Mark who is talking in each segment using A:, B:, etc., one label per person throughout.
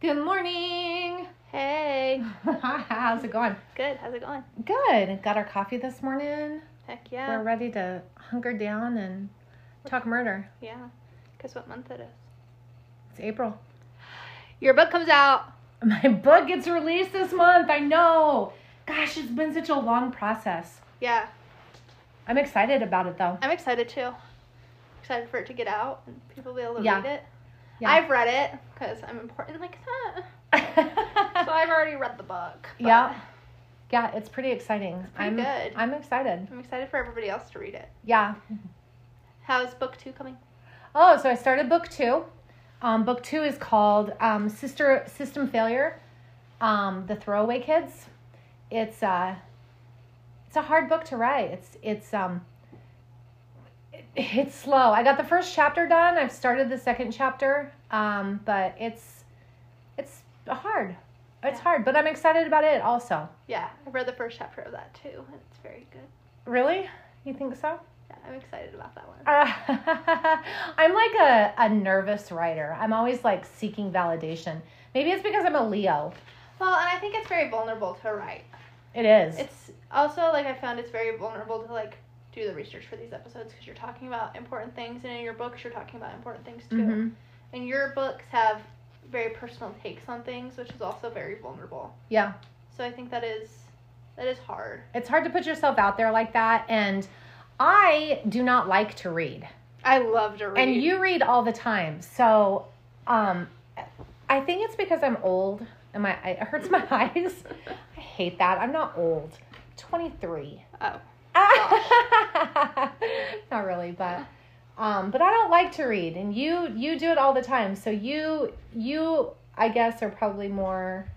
A: Good morning.
B: Hey,
A: How's it going?
B: good. How's it going?
A: Good. Got our coffee this morning.
B: Heck
A: We're
B: yeah,
A: ready to hunker down and talk murder.
B: yeah. Guess what month it is?
A: It's April.
B: Your book comes out.
A: My book gets released this month. I know. Gosh, it's been such a long process.
B: Yeah,
A: I'm excited about it though.
B: I'm excited too. Excited for it to get out and people be able to
A: Yeah.
B: read it.
A: Yeah.
B: I've read it because I'm important like that. So I've already read the book. but
A: yeah. Yeah, it's pretty exciting.
B: pretty
A: I'm
B: good.
A: I'm excited.
B: I'm excited for everybody else to read it.
A: Yeah.
B: How's book two coming?
A: Oh, so I started book two. Um, book two is called um, Sister System Failure, um, the Throwaway Kids. It's uh, it's a hard book to write. It's it's um, it- it's slow. I got the first chapter done. I've started the second chapter, um, but it's it's hard. It's
B: Yeah.
A: hard, but I'm excited about it also.
B: Yeah, I read the first chapter of that too, and it's very good.
A: Really, you think so?
B: Yeah, I'm excited about that one.
A: Uh, I'm like a, a nervous writer. I'm always like seeking validation. Maybe it's because I'm a Leo.
B: Well, and I think it's very vulnerable to write.
A: It is.
B: It's also like I found it's very vulnerable to like do the research for these episodes because you're talking about important things, and in your books you're talking about important things too.
A: Mhm.
B: And your books have very personal takes on things, which is also very vulnerable.
A: Yeah.
B: So I think that is that is hard.
A: It's hard to put yourself out there like that. And I do not like to read.
B: I love to read.
A: And you read all the time. So um, I think it's because I'm old and my it hurts my eyes. I hate that. I'm not old. 23.
B: Oh.
A: not really but um but i don't like to read and you you do it all the time so you you i guess are probably more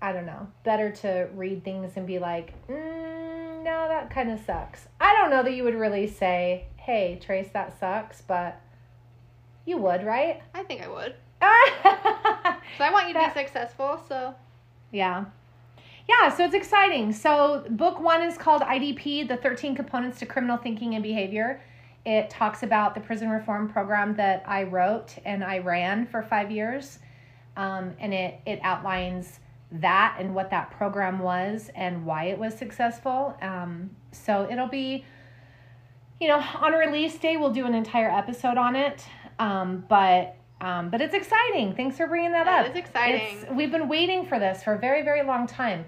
A: i don't know better to read things and be like mm, no that kind of sucks i don't know that you would really say hey trace that sucks but you would right
B: I think I would. So I want you to
A: That-
B: be successful. So
A: Yeah. Yeah, so it's exciting. So, book one is called IDP The 13 Components to Criminal Thinking and Behavior. It talks about the prison reform program that I wrote and I ran for five years. Um, and it, it outlines that and what that program was and why it was successful. Um, so, it'll be, you know, on release day, we'll do an entire episode on it. Um, but um, but it's exciting. Thanks for bringing that, up.
B: that is exciting.
A: It's, we've been waiting for this for a very, very long time.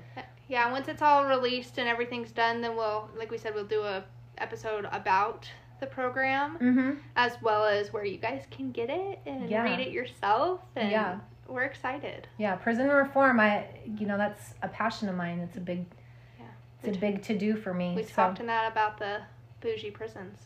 B: Yeah, once it's all released and everything's done, then we'll, like we said, we'll do a episode about the program
A: Mm-hmm.
B: as well as where you guys can get it and
A: Yeah.
B: read it yourself. And
A: Yeah.
B: we're excited.
A: Yeah, prison reform. I, you know, that's a passion of mine. It's a big,
B: Yeah.
A: it's a big to do for me.
B: We
A: so
B: talked in that about the bougie prisons.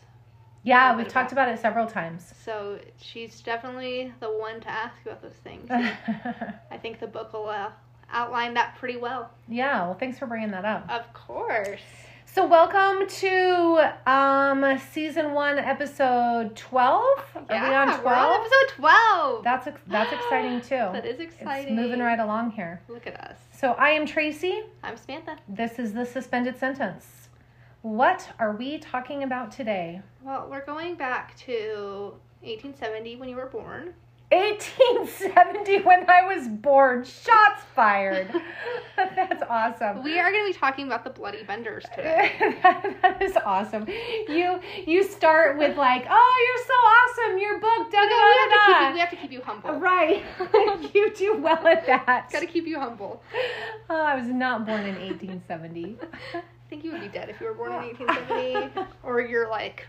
A: yeah,
B: a
A: we
B: bit
A: talked about it several times.
B: So she's definitely the one to ask about those things.
A: yeah,
B: I think the book will uh, outline that pretty well.
A: well, thanks for bringing that up.
B: Of course.
A: So welcome to um season one, episode twelve. Are we on
B: we're on
A: twelve?
B: episode 12.
A: That's ex- that's exciting
B: that
A: too.
B: is
A: It's
B: exciting.
A: moving right along here.
B: Look at us.
A: So I am Tracy.
B: I'm Samantha.
A: This is the suspended sentence. What are we talking about today?
B: Well, we're going back to 1870 when you were born.
A: 1870 when I was born. Shots fired. That's awesome.
B: We are going to be talking about the Bloody Benders today.
A: that is awesome. You you start with like, oh, you're so awesome. Your book, da
B: we, have to keep
A: da da
B: you, we have to keep you humble.
A: Right. you do well at that.
B: Got to keep you humble.
A: Oh, I was not born in 1870.
B: I think you would be dead if you were born in 1870, or you're like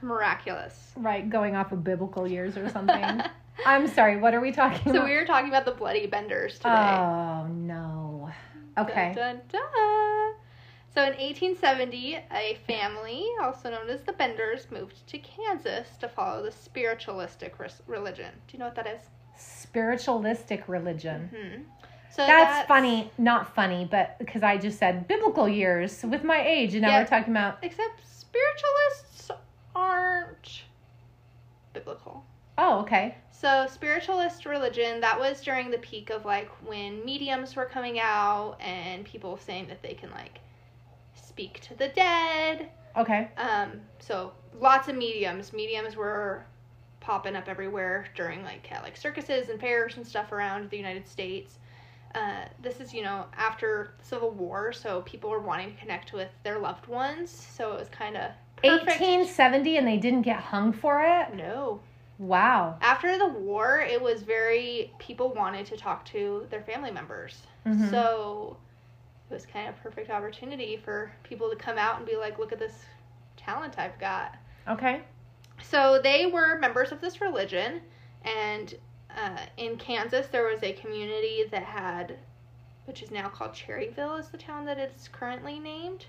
B: miraculous.
A: right, going off of biblical years or something. I'm sorry. What are we talking
B: so
A: about?
B: we are talking about the Bloody Benders today.
A: Oh no. Okay.
B: Dun, dun, dun. So in 1870, a family, also known as the Benders, moved to Kansas to follow the spiritualistic res- religion. Do you know what that is?
A: Spiritualistic religion.
B: Hmm. So
A: That's funny, not funny, but because I just said biblical years with my age, and now
B: Yeah.
A: we're talking about
B: Except spiritualists aren't biblical.
A: oh, okay,
B: So, spiritualist religion, that was during the peak of like when mediums were coming out and people saying that they can like speak to the dead.
A: okay,
B: Um, so, lots of mediums. Mediums were popping up everywhere during like at, like circuses and fairs and stuff around the United States. Uh, this is you know after the Civil War, so people were wanting to connect with their loved ones. So it was kind of perfect.
A: 1870 and they didn't get hung for it?
B: No,
A: Wow.
B: after the war, it was very people wanted to talk to their family members.
A: Mhm.
B: So it was kind of a perfect opportunity for people to come out and be like, look at this talent I've got.
A: Okay.
B: So they were members of this religion, and uh, in Kansas, there was a community that had, which is now called Cherryville, is the town that it's currently named.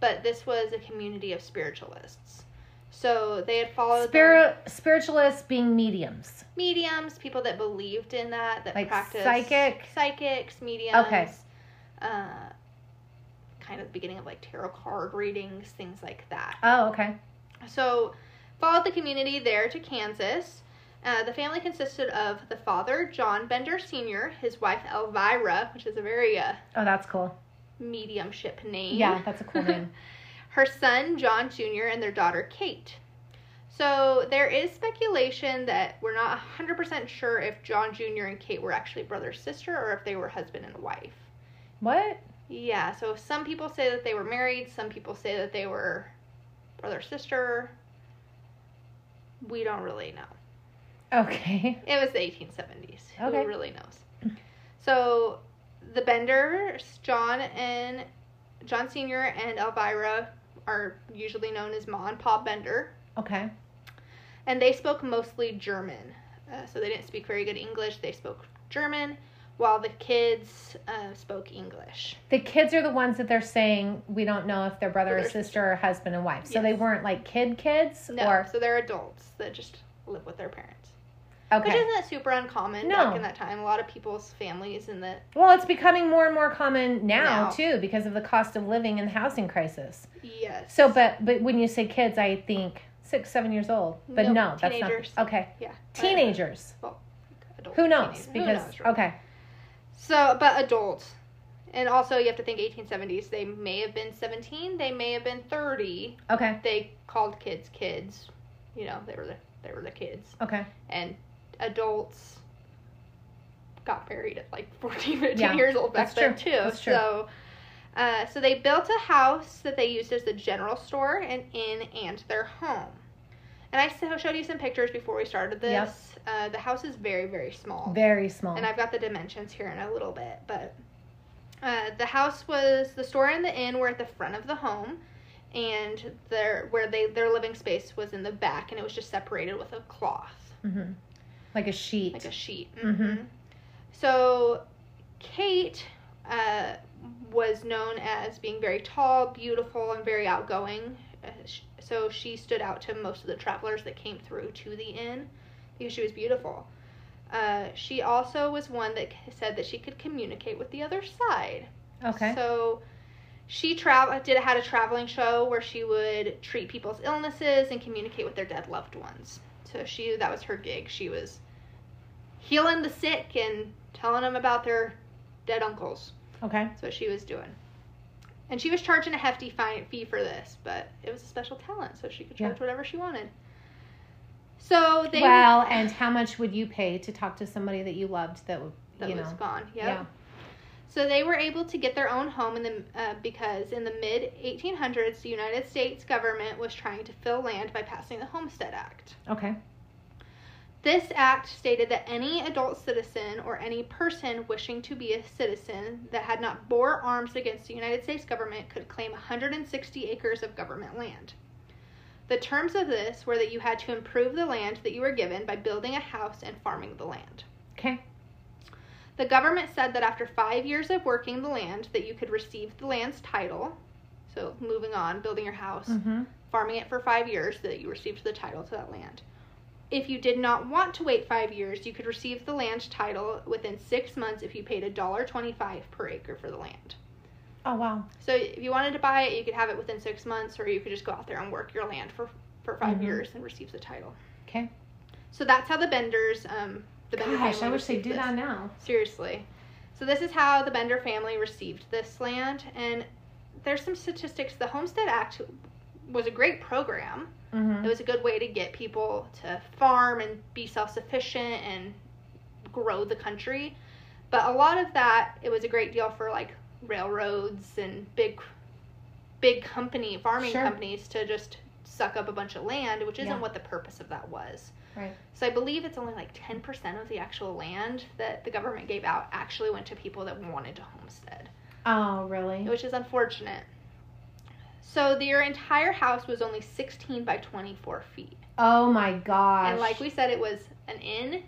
B: But this was a community of spiritualists. So they had followed the-
A: Spir- spiritualists being mediums.
B: mediums, people that believed in that, that
A: Like
B: practiced
A: psychic?
B: psychics, mediums.
A: Okay.
B: Uh, kind of the beginning of like tarot card readings, things like that.
A: Oh, okay.
B: So, followed the community there to Kansas. Uh, the family consisted of the father, John Bender Sr., his wife, Elvira, which is a very uh,
A: Oh, that's cool.
B: mediumship name.
A: Yeah, that's a cool name.
B: her son John Jr. and their daughter Kate. So there is speculation that we're not 100% sure if John Jr. and Kate were actually brother sister or if they were husband and wife.
A: What?
B: Yeah, so some people say that they were married, some people say that they were brother sister. We don't really know.
A: Okay.
B: It was the 1870s.
A: Okay.
B: Who really knows? So the Benders, John and John Sr. and Elvira are usually known as Ma and Pa Bender,
A: Okay.
B: and they spoke mostly German. Uh, so they didn't speak very good English. They spoke German, while the kids uh, spoke English.
A: The kids are the ones that they're saying we don't know if they're brother or
B: Brother,
A: sister or husband and wife. So they
B: Yes.
A: weren't like kid kids
B: No,
A: or
B: so they're adults that just live with their parents,
A: okay.
B: which isn't super uncommon back
A: No.
B: in that time. A lot of people's families in the
A: well, it's becoming more and more common now
B: Now.
A: too because of the cost of living and the housing crisis.
B: yes.
A: So, but but when you say kids, I think six, seven years old. But
B: Nope,
A: no, that's
B: teenagers.
A: not okay.
B: yeah,
A: Teenagers.
B: adult
A: Who knows?
B: teenagers. Who
A: Because
B: knows, right?
A: okay,
B: So, but adult. And also, you have to think 1870s. They may have been 17. They may have been 30.
A: okay,
B: They called kids kids. You know, they were the they were the kids.
A: okay.
B: And adults got married at like 14, 15
A: Yeah,
B: years old back
A: that's
B: then
A: true,
B: too.
A: that's true.
B: So, uh, so they built a house that they used as the general store, an inn, and their home. And I so- showed you some pictures before we started
A: Yep.
B: this. Uh, the house is very, very small.
A: Very small.
B: And I've got the dimensions here in a little bit, but uh, the house was the store and the inn were at the front of the home, and their where they their living space was in the back, and it was just separated with a cloth,
A: hmm Like a sheet.
B: like a sheet.
A: Mhm.
B: Mhm. So, Kate uh, was known as being very tall, beautiful, and very outgoing. Uh, sh- so she stood out to most of the travelers that came through to the inn because she was beautiful. Uh, she also was one that c- said that she could communicate with the other side.
A: okay.
B: So she travel did had a traveling show where she would treat people's illnesses and communicate with their dead loved ones. So she that was her gig. She was healing the sick and telling them about their dead uncles.
A: okay.
B: That's what she was doing. And she was charging a hefty fine, fee for this, but it was a special talent, so she could
A: Yeah.
B: charge whatever she wanted. So they
A: well, and how much would you pay to talk to somebody that you loved that would,
B: that
A: you
B: was
A: know?
B: gone. Yep.
A: Yeah.
B: So they were able to get their own home in the uh, because in the mid 1800s, the United States government was trying to fill land by passing the Homestead Act.
A: Okay.
B: This act stated that any adult citizen or any person wishing to be a citizen that had not bore arms against the United States government could claim 160 acres of government land. The terms of this were that you had to improve the land that you were given by building a house and farming the land.
A: Okay.
B: The government said that after five years of working the land, that you could receive the land's title. So moving on, building your house,
A: Mm-hmm.
B: farming it for five years, that you received the title to that land. If you did not want to wait five years, you could receive the land title within six months if you paid a dollar twenty-five per acre for the land.
A: Oh wow.
B: So if you wanted to buy it, you could have it within six months, or you could just go out there and work your land for for 5
A: Mhm.
B: years and receive the title.
A: Okay.
B: So that's how the Benders, um, the Bender
A: Gosh,
B: family
A: I wish they
B: received
A: do
B: this.
A: that now.
B: Seriously. So this is how the Bender family received this land and there's some statistics. The Homestead Act was a great program.
A: Mm-hmm.
B: It was a good way to get people to farm and be self sufficient and grow the country. But a lot of that, it was a great deal for like railroads and big, big company farming
A: Sure.
B: companies to just suck up a bunch of land, which isn't
A: Yeah.
B: what the purpose of that was.
A: Right.
B: So I believe it's only like 10% of the actual land that the government gave out actually went to people that wanted to homestead
A: Oh, really?
B: which is unfortunate. So their entire house was only 16 by 24 feet.
A: Oh my gosh.
B: And like we said, it was an inn,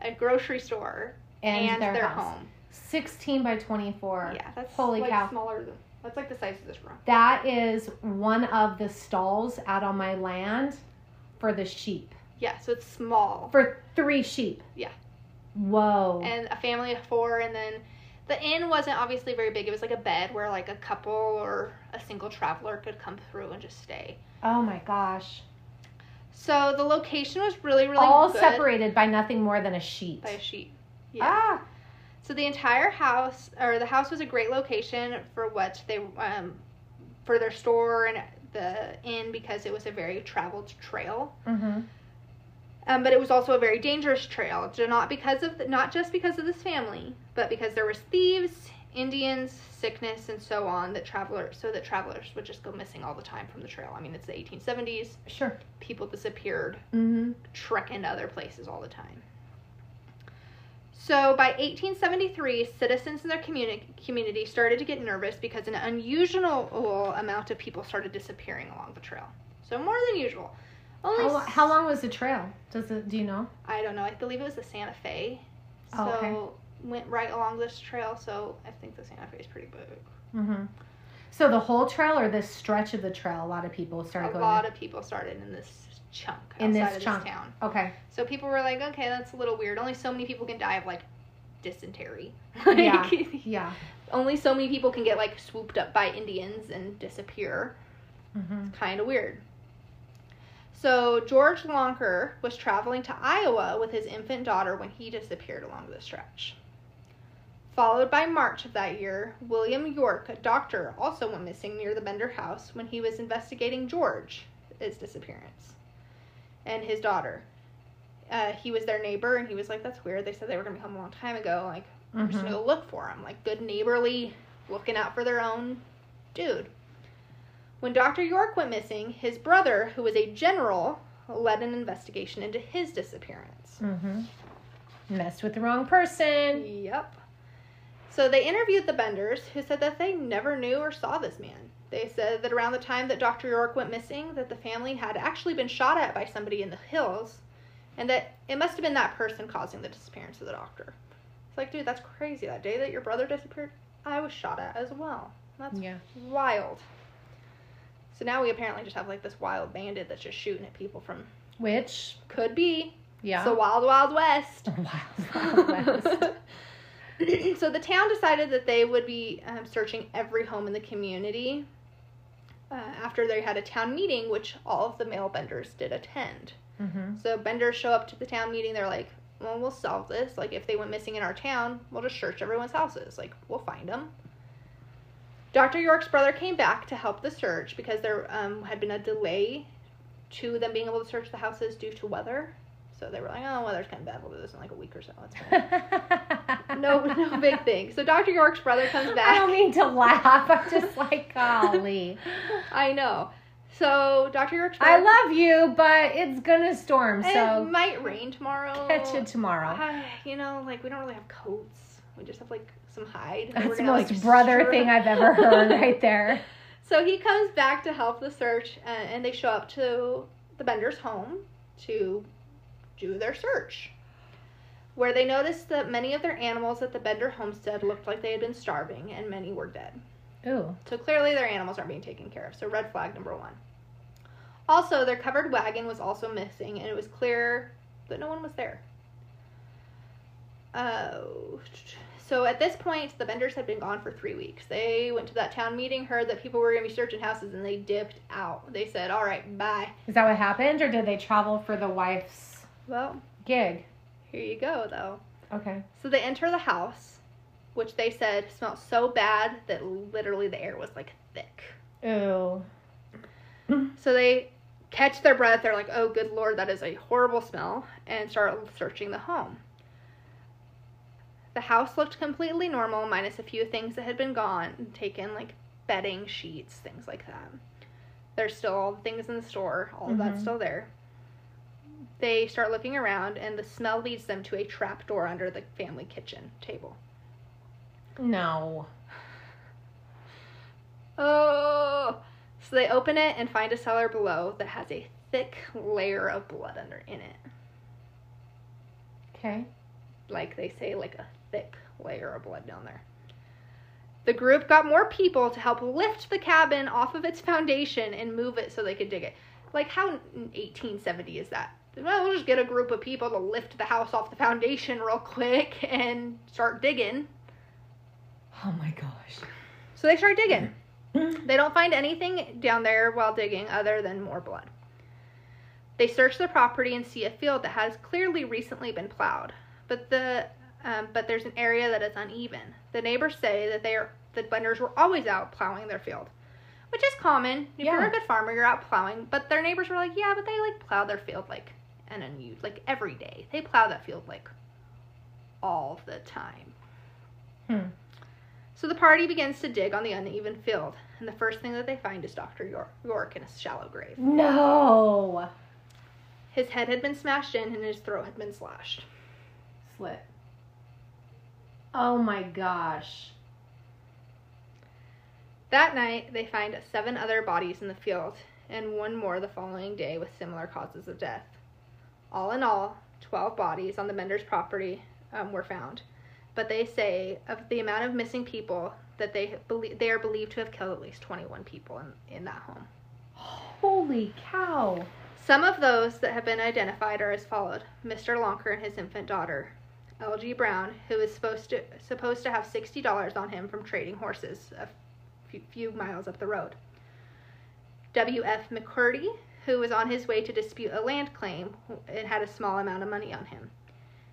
B: a grocery store, and, their,
A: house.
B: home.
A: 16 by 24.
B: Yeah, that's
A: Holy
B: like
A: cow.
B: smaller than that's like the size of this room.
A: That is one of the stalls out on my land for the sheep.
B: Yeah, so it's small.
A: For three sheep.
B: Yeah.
A: Whoa.
B: And a family of four and then the inn wasn't obviously very big. It was like a bed where like a couple or a single traveler could come through and just stay.
A: oh my gosh.
B: So the location was really really
A: All
B: good
A: separated by nothing more than a sheet.
B: by a sheet.
A: Ah.
B: So the entire house, or the house, was a great location for what they, um, for their store and the inn because it was a very traveled trail.
A: Mm-hmm.
B: Um, but it was also a very dangerous trail, so not because of the, not just because of this family, but because there was thieves, Indians, sickness, and so on that travelers so that travelers would just go missing all the time from the trail. I mean, it's the 1870s;
A: Sure.
B: people disappeared
A: Mm-hmm.
B: trek into other places all the time. So by 1873, citizens in their communi- community started to get nervous because an unusual amount of people started disappearing along the trail. So more than usual. Only
A: How, lo-
B: s-
A: how long was the trail? Does it, do you know?
B: I don't know. I believe it was the Santa Fe. So
A: Oh,
B: went right along this trail. So I think the Santa Fe is pretty big.
A: Mm-hmm. So the whole trail or this stretch of the trail, a lot of people started
B: A
A: going.
B: lot of people started in this chunk outside
A: In this
B: of
A: chunk.
B: this town.
A: there. Okay.
B: So people were like, okay, that's a little weird. Only so many people can die of like dysentery.
A: Yeah.
B: Like,
A: Yeah.
B: only so many people can get like swooped up by Indians and disappear.
A: Mm-hmm.
B: It's kind of weird. So George Lonker was traveling to Iowa with his infant daughter when he disappeared along the stretch. Followed by March of that year, William York, a doctor, also went missing near the Bender house when he was investigating George's disappearance and his daughter. Uh, he was their neighbor, and he was like, "That's weird. They said they were gonna come a long time ago. Like, I'm just
A: Mm-hmm.
B: gonna go look for him. Like good neighborly, looking out for their own dude. When Dr. York went missing, his brother, who was a general, led an investigation into his disappearance.
A: Mm-hmm. Messed with the wrong person.
B: Yep. So they interviewed the Benders, who said that they never knew or saw this man. They said that around the time that Dr. York went missing, that the family had actually been shot at by somebody in the hills, and that it must have been that person causing the disappearance of the doctor. It's like, dude, that's crazy. That day that your brother disappeared, I was shot at as well. That's
A: Yeah.
B: wild. So now we apparently just have like this wild bandit that's just shooting at people from
A: Which,
B: could be
A: yeah.
B: the Wild Wild West.
A: Wild West.
B: so the town decided that they would be um, searching every home in the community uh, after they had a town meeting, which all of the male benders did attend.
A: mm-hmm.
B: So benders show up to the town meeting, they're like, well, we'll solve this. Like, if they went missing in our town, we'll just search everyone's houses. Like, we'll find them. Dr. York's brother came back to help the search because there um, had been a delay to them being able to search the houses due to weather. So they were like, oh, weather's kind of bad. We'll do this in like a week or so. It's fine." no, no big thing. So Dr. York's brother comes back.
A: I don't mean to laugh. I'm just like, golly.
B: I know. So Dr. York's
A: I
B: brother.
A: love you, but it's gonna storm,
B: It
A: so
B: might rain tomorrow.
A: catch you tomorrow.
B: Ah, you know, like we don't really have coats. We just have like some hide. that we're
A: That's the
B: gonna,
A: most
B: like,
A: brother
B: strip.
A: thing I've ever heard right there.
B: So he comes back to help the search, uh, and they show up to the Bender's home to do their search, where they noticed that many of their animals at the Bender homestead looked like they had been starving, and many were dead.
A: Ooh.
B: So clearly their animals aren't being taken care of. So red flag number one. Also, their covered wagon was also missing, and it was clear that no one was there. Uh, so at this point, the vendors had been gone for three weeks. They went to that town meeting, heard that people were going to be searching houses, and they dipped out. They said, "All right, bye."
A: Is that what happened, or did they travel for the wife's
B: Well,
A: gig?
B: here you go, though.
A: Okay.
B: So they enter the house, which they said smelled so bad that literally the air was like thick.
A: Ooh.
B: So they catch their breath. They're like, oh, good lord, that is a horrible smell, and start searching the home. The house looked completely normal, minus a few things that had been gone, taken, like bedding, sheets, things like that. There's still all the things in the store, all of
A: Mhm.
B: that's still there. They start looking around, and the smell leads them to a trap door under the family kitchen table.
A: No.
B: Oh! So they open it and find a cellar below that has a thick layer of blood under in it.
A: Okay.
B: like they say, like a thick layer of blood down there. The group got more people to help lift the cabin off of its foundation and move it so they could dig it. Like, how 1870 is that? Well, we'll just get a group of people to lift the house off the foundation real quick and start digging.
A: Oh my gosh.
B: So they start digging. They don't find anything down there while digging other than more blood. They search the property and see a field that has clearly recently been plowed, but the um, but there's an area that is uneven. The neighbors say that they are the blenders were always out plowing their field, which is common. If you're
A: Yeah.
B: a good farmer, you're out plowing. But their neighbors were like, yeah, but they like plow their field like an unused like every day. They plow that field like all the time.
A: Hmm.
B: So the party begins to dig on the uneven field, and the first thing that they find is Dr. York, York in a shallow grave.
A: No.
B: His head had been smashed in and his throat had been slashed.
A: Slit. Oh my gosh.
B: That night, they find seven other bodies in the field, and one more the following day with similar causes of death. All in all, 12 bodies on the Menders property um, were found, but they say of the amount of missing people that they believe they are believed to have killed at least 21 people in, in that home.
A: Holy cow.
B: Some of those that have been identified are as followed: Mr. Lonker and his infant daughter, L.G. Brown, who is supposed to supposed to have sixty dollars on him from trading horses a few, few miles up the road. W.F. McCurdy, who was on his way to dispute a land claim and had a small amount of money on him.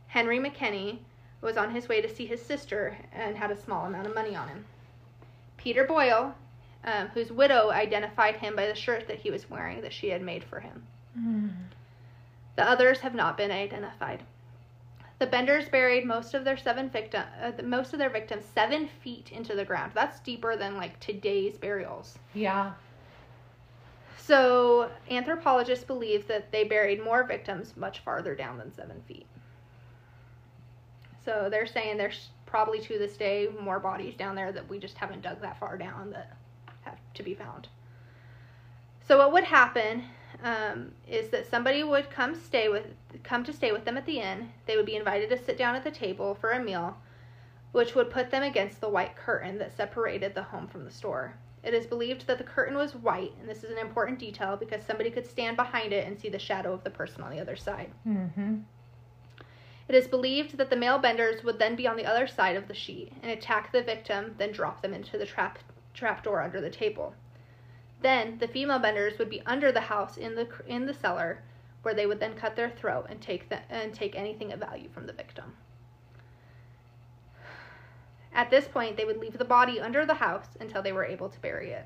B: Henry McKinney was on his way to see his sister and had a small amount of money on him. Peter Boyle, um, whose widow identified him by the shirt that he was wearing that she had made for him.
A: Hmm.
B: The others have not been identified. The Benders buried most of their seven victim, uh, the- most of their victims seven feet into the ground. That's deeper than like today's burials.
A: Yeah.
B: So anthropologists believe that they buried more victims much farther down than seven feet. So they're saying there's probably to this day more bodies down there that we just haven't dug that far down that have to be found. So what would happen um, is that somebody would come stay with come to stay with them at the inn. They would be invited to sit down at the table for a meal, which would put them against the white curtain that separated the home from the store. It is believed that the curtain was white, and this is an important detail because somebody could stand behind it and see the shadow of the person on the other side.
A: Mm-hmm.
B: It is believed that the male benders would then be on the other side of the sheet and attack the victim, then drop them into the trap trapdoor under the table. Then the female benders would be under the house in the cr- in the cellar, where they would then cut their throat and take the, and take anything of value from the victim. At this point, they would leave the body under the house until they were able to bury it.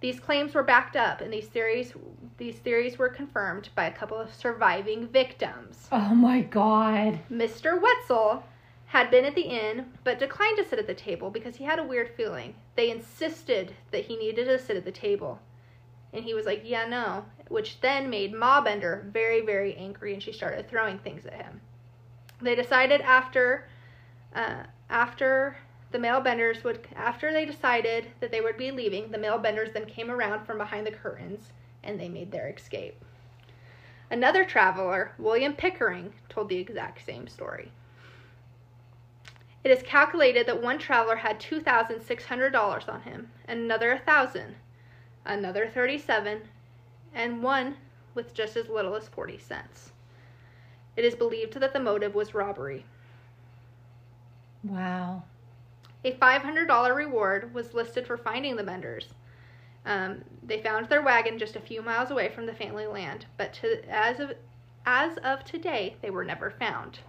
B: These claims were backed up, and these theories these theories were confirmed by a couple of surviving victims.
A: Oh my god.
B: Mr. Wetzel had been at the inn but declined to sit at the table because he had a weird feeling. They insisted that he needed to sit at the table. And he was like, yeah, no, which then made Ma Bender very, very angry and she started throwing things at him. They decided after, uh, after the male benders would, after they decided that they would be leaving, the male benders then came around from behind the curtains and they made their escape. Another traveler, William Pickering, told the exact same story. It is calculated that one traveler had $2,600 on him, another 1000 another 37 and one with just as little as 40 cents. It is believed that the motive was robbery.
A: Wow.
B: A $500 reward was listed for finding the Benders. Um, they found their wagon just a few miles away from the family land, but to, as of as of today, they were never found.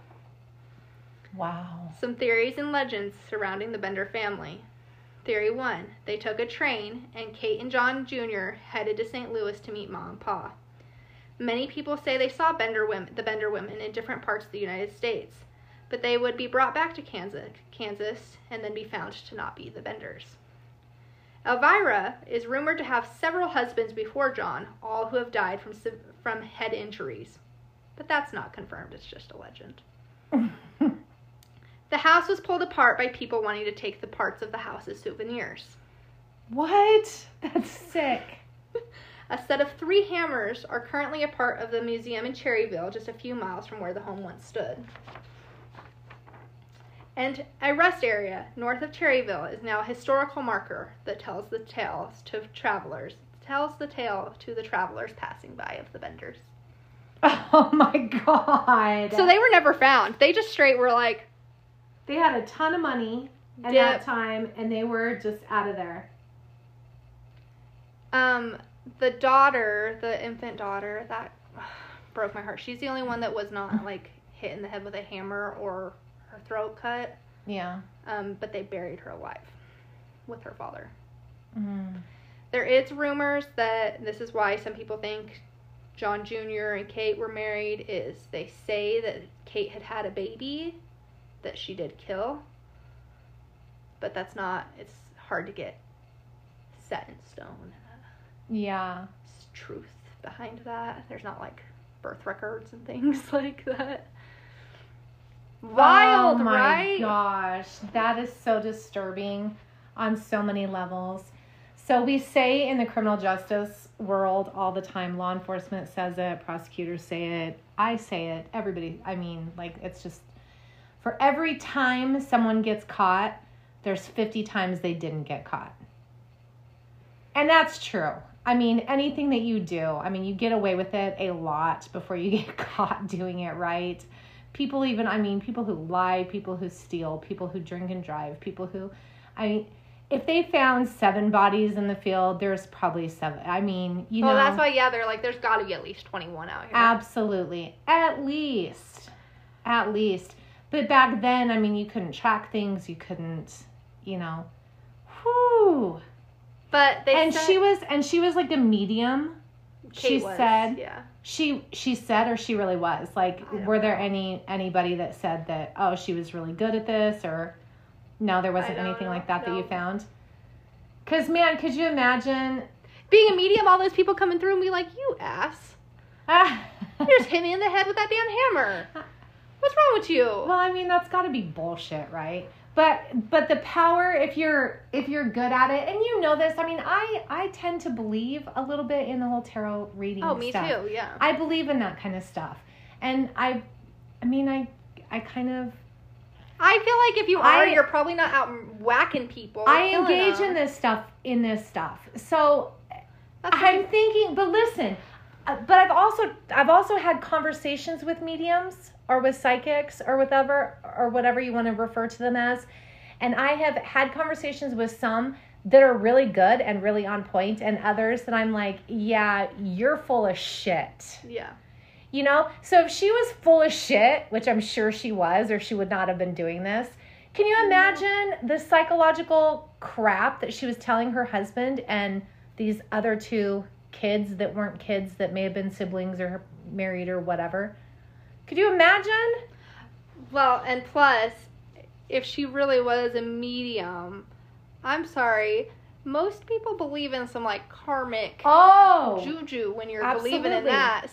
A: Wow.
B: Some theories and legends surrounding the Bender family. Theory 1. They took a train, and Kate and John Jr. headed to St. Louis to meet Mom and Pa. Many people say they saw Bender women, the Bender women in different parts of the United States, but they would be brought back to Kansas, Kansas and then be found to not be the Benders. Elvira is rumored to have several husbands before John, all who have died from, se- from head injuries. But that's not confirmed, it's just a legend. The house was pulled apart by people wanting to take the parts of the house as souvenirs.
A: What? That's sick.
B: A set of three hammers are currently a part of the museum in Cherryville, just a few miles from where the home once stood. And a rest area north of Cherryville is now a historical marker that tells the tales to travelers, tells the tale to the travelers passing by of the vendors.
A: Oh my god.
B: So they were never found. They just straight were like,
A: they had a ton of money at
B: dip.
A: that time and they were just out of there.
B: Um, the daughter, the infant daughter, that broke my heart. She's the only one that was not like hit in the head with a hammer or her throat cut.
A: Yeah.
B: Um, but they buried her alive with her father.
A: Mm.
B: There is rumors that this is why some people think John Jr. and Kate were married. Is they say that Kate had had a baby that she did kill, but that's not. It's hard to get set in stone.
A: Yeah.
B: truth behind that. There's not like birth records and things like that. Wild,
A: oh my
B: right?
A: gosh, that is so disturbing on so many levels. So we say in the criminal justice world all the time, law enforcement says it, prosecutors say it, I say it, everybody. I mean, like it's just for every time someone gets caught, there's 50 times they didn't get caught. And that's true. I mean, anything that you do, I mean, you get away with it a lot before you get caught doing it right people even i mean people who lie people who steal people who drink and drive people who i mean if they found seven bodies in the field there's probably seven i mean you
B: well,
A: know
B: that's why yeah, they're like there's got to be at least 21 out here.
A: absolutely at least at least but back then i mean you couldn't track things you couldn't you know whew
B: but they
A: and
B: said
A: she was and she was like a medium she
B: Kate was,
A: said
B: yeah.
A: she she said or she really was like
B: I don't
A: were there
B: know.
A: any anybody that said that oh she was really good at this or no there wasn't
B: don't
A: anything
B: know.
A: like that that you
B: No.
A: found because man could you imagine
B: Being a medium, all those people coming through and be like, "You ass,
A: Ah.
B: you just hit me in the head with that damn hammer. What's wrong with you?"
A: well i mean that's got to be bullshit right but but the power if you're if you're good at it and you know this i mean i i tend to believe a little bit in the whole tarot reading
B: Oh, me
A: stuff.
B: too. Yeah.
A: I believe in that kind of stuff and i i mean i i kind of
B: I feel like if you are,
A: I-
B: you're probably not out whacking people.
A: I
B: killing
A: engage
B: them.
A: in this stuff in this stuff. So
B: That's what
A: I'm thinking, but listen, uh, but I've also I've also had conversations with mediums or with psychics or whatever or whatever you want to refer to them as, and I have had conversations with some that are really good and really on point and others that I'm like, yeah, you're full of shit.
B: Yeah.
A: You know? So if she was full of shit, which I'm sure she was, or she would not have been doing this, can
B: Mm-hmm.
A: you imagine the psychological crap that she was telling her husband and these other two kids that weren't kids that may have been siblings or married or whatever? Could you imagine?
B: Well, and plus, if she really was a medium, I'm sorry. Most people believe in some like karmic
A: Oh,
B: juju when you're believing in
A: Absolutely.
B: that.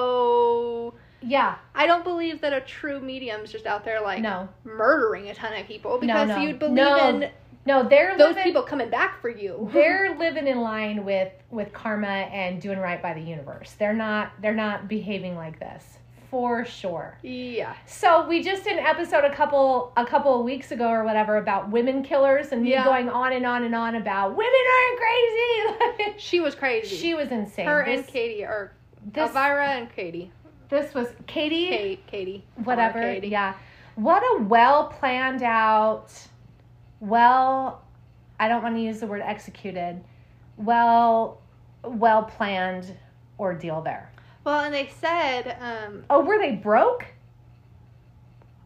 B: So
A: yeah,
B: I don't believe that a true medium's just out there like
A: no,
B: murdering a ton of people because
A: no.
B: you'd believe
A: No,
B: in
A: no, they're
B: those
A: living,
B: people coming back for you.
A: They're living in line with with karma and doing right by the universe. They're not. They're not behaving like this for sure.
B: yeah.
A: So we just did an episode a couple a couple of weeks ago or whatever about women killers and me
B: Yeah.
A: going on and on and on about women aren't crazy.
B: She was crazy.
A: she was insane.
B: her
A: this,
B: and Katie or
A: this,
B: Elvira and Katie.
A: this was Katie,
B: Kate, Katie.
A: whatever.
B: Katie.
A: Yeah. What a well planned out, well, I don't want to use the word executed, well, well planned ordeal there.
B: Well, and they said um
A: Oh, were they broke?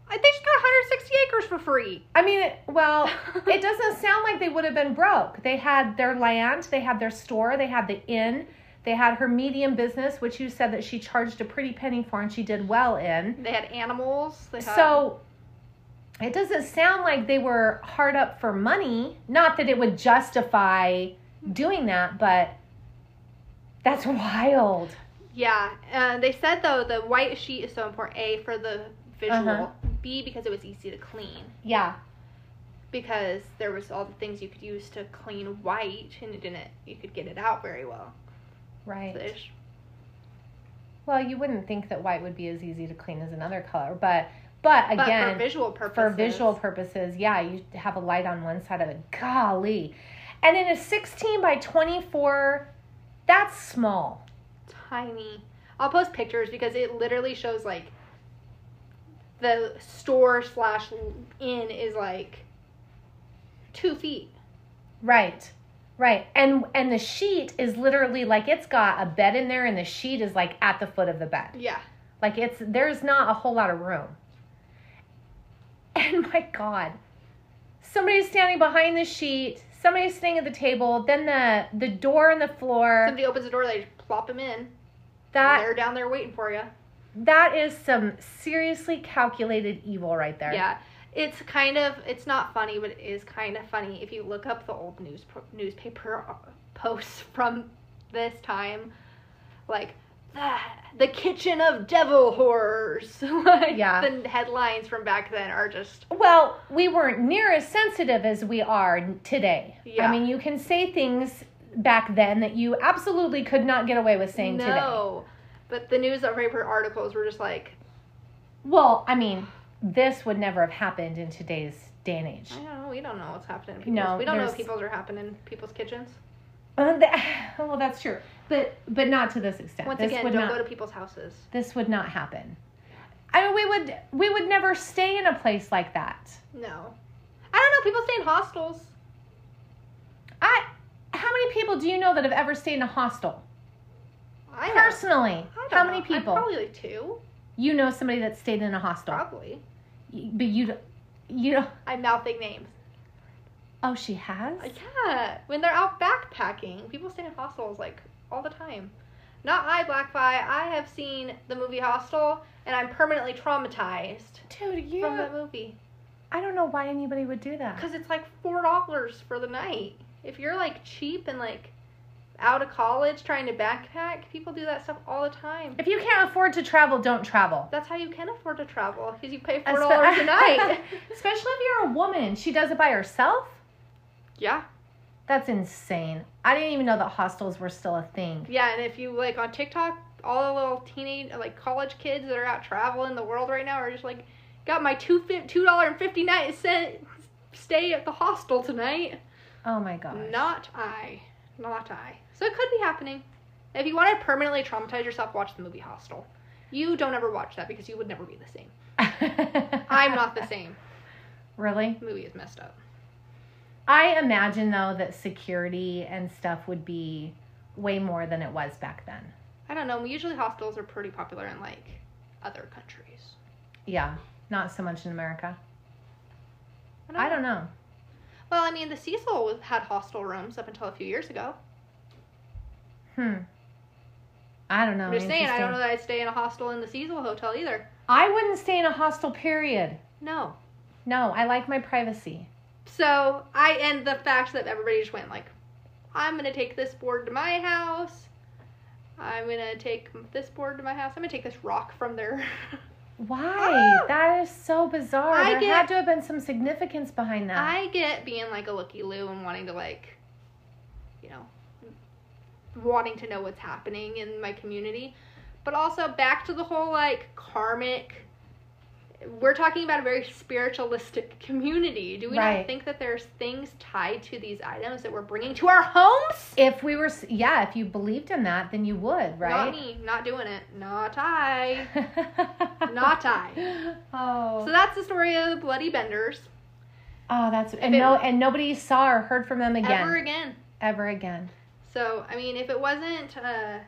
B: I- They just got 160 acres for free.
A: I mean, it- well, it doesn't sound like they would have been broke. They had their land, they had their store, they had the inn, they had her medium business, which you said that she charged a pretty penny for and she did well in.
B: They had animals. They had,
A: So it doesn't sound like they were hard up for money. Not that it would justify doing that, but that's wild.
B: yeah, uh, they said though the white sheet is so important. A for the visual.
A: Uh-huh.
B: B because it was easy to clean.
A: Yeah.
B: Because there was all the things you could use to clean white, and it didn't. You could get it out very well. So
A: Right.
B: there's-
A: Well, you wouldn't think that white would be as easy to clean as another color, but but
B: but
A: again,
B: for visual purposes,
A: for visual purposes, yeah, you have a light on one side of it. Golly. And in a 16 by 24, that's small.
B: tiny. I'll post pictures because it literally shows like the store slash inn is like two feet.
A: Right. Right. And and the sheet is literally like it's got a bed in there and the sheet is like at the foot of the bed.
B: Yeah.
A: Like it's there's not a whole lot of room. And my God, somebody's standing behind the sheet. Somebody's sitting at the table. Then the the door in the floor.
B: Somebody opens the door, they plop them in.
A: That
B: they're down there waiting for you.
A: that is some seriously calculated evil right there.
B: Yeah. It's kind of it's not funny, but it is kind of funny if you look up the old news newspaper posts from this time, like the the kitchen of devil horrors. like,
A: Yeah.
B: The headlines from back then are just
A: Well, we weren't near as sensitive as we are today.
B: Yeah.
A: I mean, you can say things back then that you absolutely could not get away with saying today.
B: no. But the newspaper articles were just like
A: Well, I mean, this would never have happened in today's day and age.
B: I don't know. We don't know what's happening. In people's,
A: No,
B: we don't know
A: there's-
B: what people's are happening in people's kitchens.
A: Uh, that, well, that's true, but but not to this extent.
B: Once
A: this
B: again,
A: would
B: don't
A: not,
B: go to people's houses.
A: this would not happen. I mean, we would we would never stay in a place like that.
B: No, I don't know. People stay in hostels.
A: I how many people do you know that have ever stayed in a hostel?
B: I know.
A: Personally,
B: I don't
A: how
B: know.
A: many
B: I'd
A: people
B: Probably like two.
A: you know somebody that stayed in a hostel?
B: Probably.
A: Y- But you d- you don't,
B: I'm mouthing names.
A: oh she has
B: Yeah, when they're out backpacking, people stay in hostels like all the time. Not I, Black Fi. I have seen the movie Hostel, and I'm permanently traumatized
A: dude you
B: from that movie
A: I don't know why anybody would do that.
B: because it's like four dollars for the night. If you're like cheap and like out of college trying to backpack, people do that stuff all the time.
A: If you can't afford to travel, don't travel.
B: That's how you can afford to travel because you pay four
A: Espe-
B: dollars a night.
A: Especially if you're a woman, she does it by herself.
B: yeah.
A: That's insane. I didn't even know that hostels were still a thing.
B: Yeah, and if you like on TikTok, all the little teenage like college kids that are out traveling the world right now are just like, got my two fif- two dollar and fifty nine cent stay at the hostel tonight.
A: Oh my gosh.
B: Not I, not I. So it could be happening. If you want to permanently traumatize yourself, watch the movie Hostel. You don't ever watch that because you would never be the same. I'm not the same.
A: Really?
B: The movie is messed up.
A: I imagine though that security and stuff would be way more than it was back then.
B: I don't know. Usually hostels are pretty popular in like other countries.
A: Yeah, not so much in America. I don't know.
B: Well, I mean, the Cecil was- had hostel rooms up until a few years ago.
A: Hmm. I don't know.
B: I'm just
A: Oh,
B: saying, I
A: Interesting.
B: don't know that I'd stay in a hostel in the Cecil Hotel either.
A: I wouldn't stay in a hostel. Period.
B: No.
A: No, I like my privacy.
B: So I and the fact that everybody just went like, I'm gonna take this board to my house. I'm gonna take this board to my house. I'm gonna take this rock from there.
A: Why?
B: Oh.
A: That is so bizarre.
B: I
A: there
B: get-
A: had to have been some significance behind that.
B: I get being like a looky loo and wanting to like, you know, wanting to know what's happening in my community, but also back to the whole like karmic. We're talking about a very spiritualistic community. Do we
A: Right.
B: not think that there's things tied to these items that we're bringing to our homes?
A: If we were, s- yeah, if you believed in that, then you would,
B: Not
A: right?
B: me. Not doing it. Not I. Not I.
A: Oh.
B: So that's the story of the bloody benders.
A: oh, that's and
B: it-
A: no, and nobody saw or heard from them again,
B: Ever
A: ever,
B: again.
A: again.
B: So, I mean, if it wasn't uh,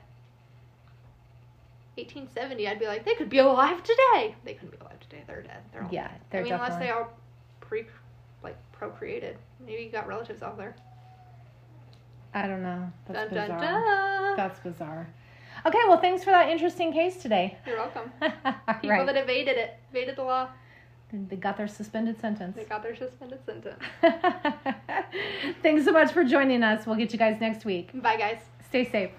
B: 1870, I'd be like, they could be alive today. They couldn't be alive today. They're dead. They're all
A: Yeah,
B: I
A: they're
B: mean, unless
A: definitely.
B: they all pre like procreated. Maybe you got relatives out there.
A: I don't know. That's
B: dun dun
A: bizarre.
B: dun.
A: That's bizarre. Okay, well, thanks for that interesting case today.
B: You're welcome.
A: All
B: People
A: right.
B: that evaded it, evaded the law,
A: They got their suspended sentence.
B: they got their suspended sentence.
A: Thanks so much for joining us. We'll get you guys next week.
B: Bye, guys.
A: Stay safe.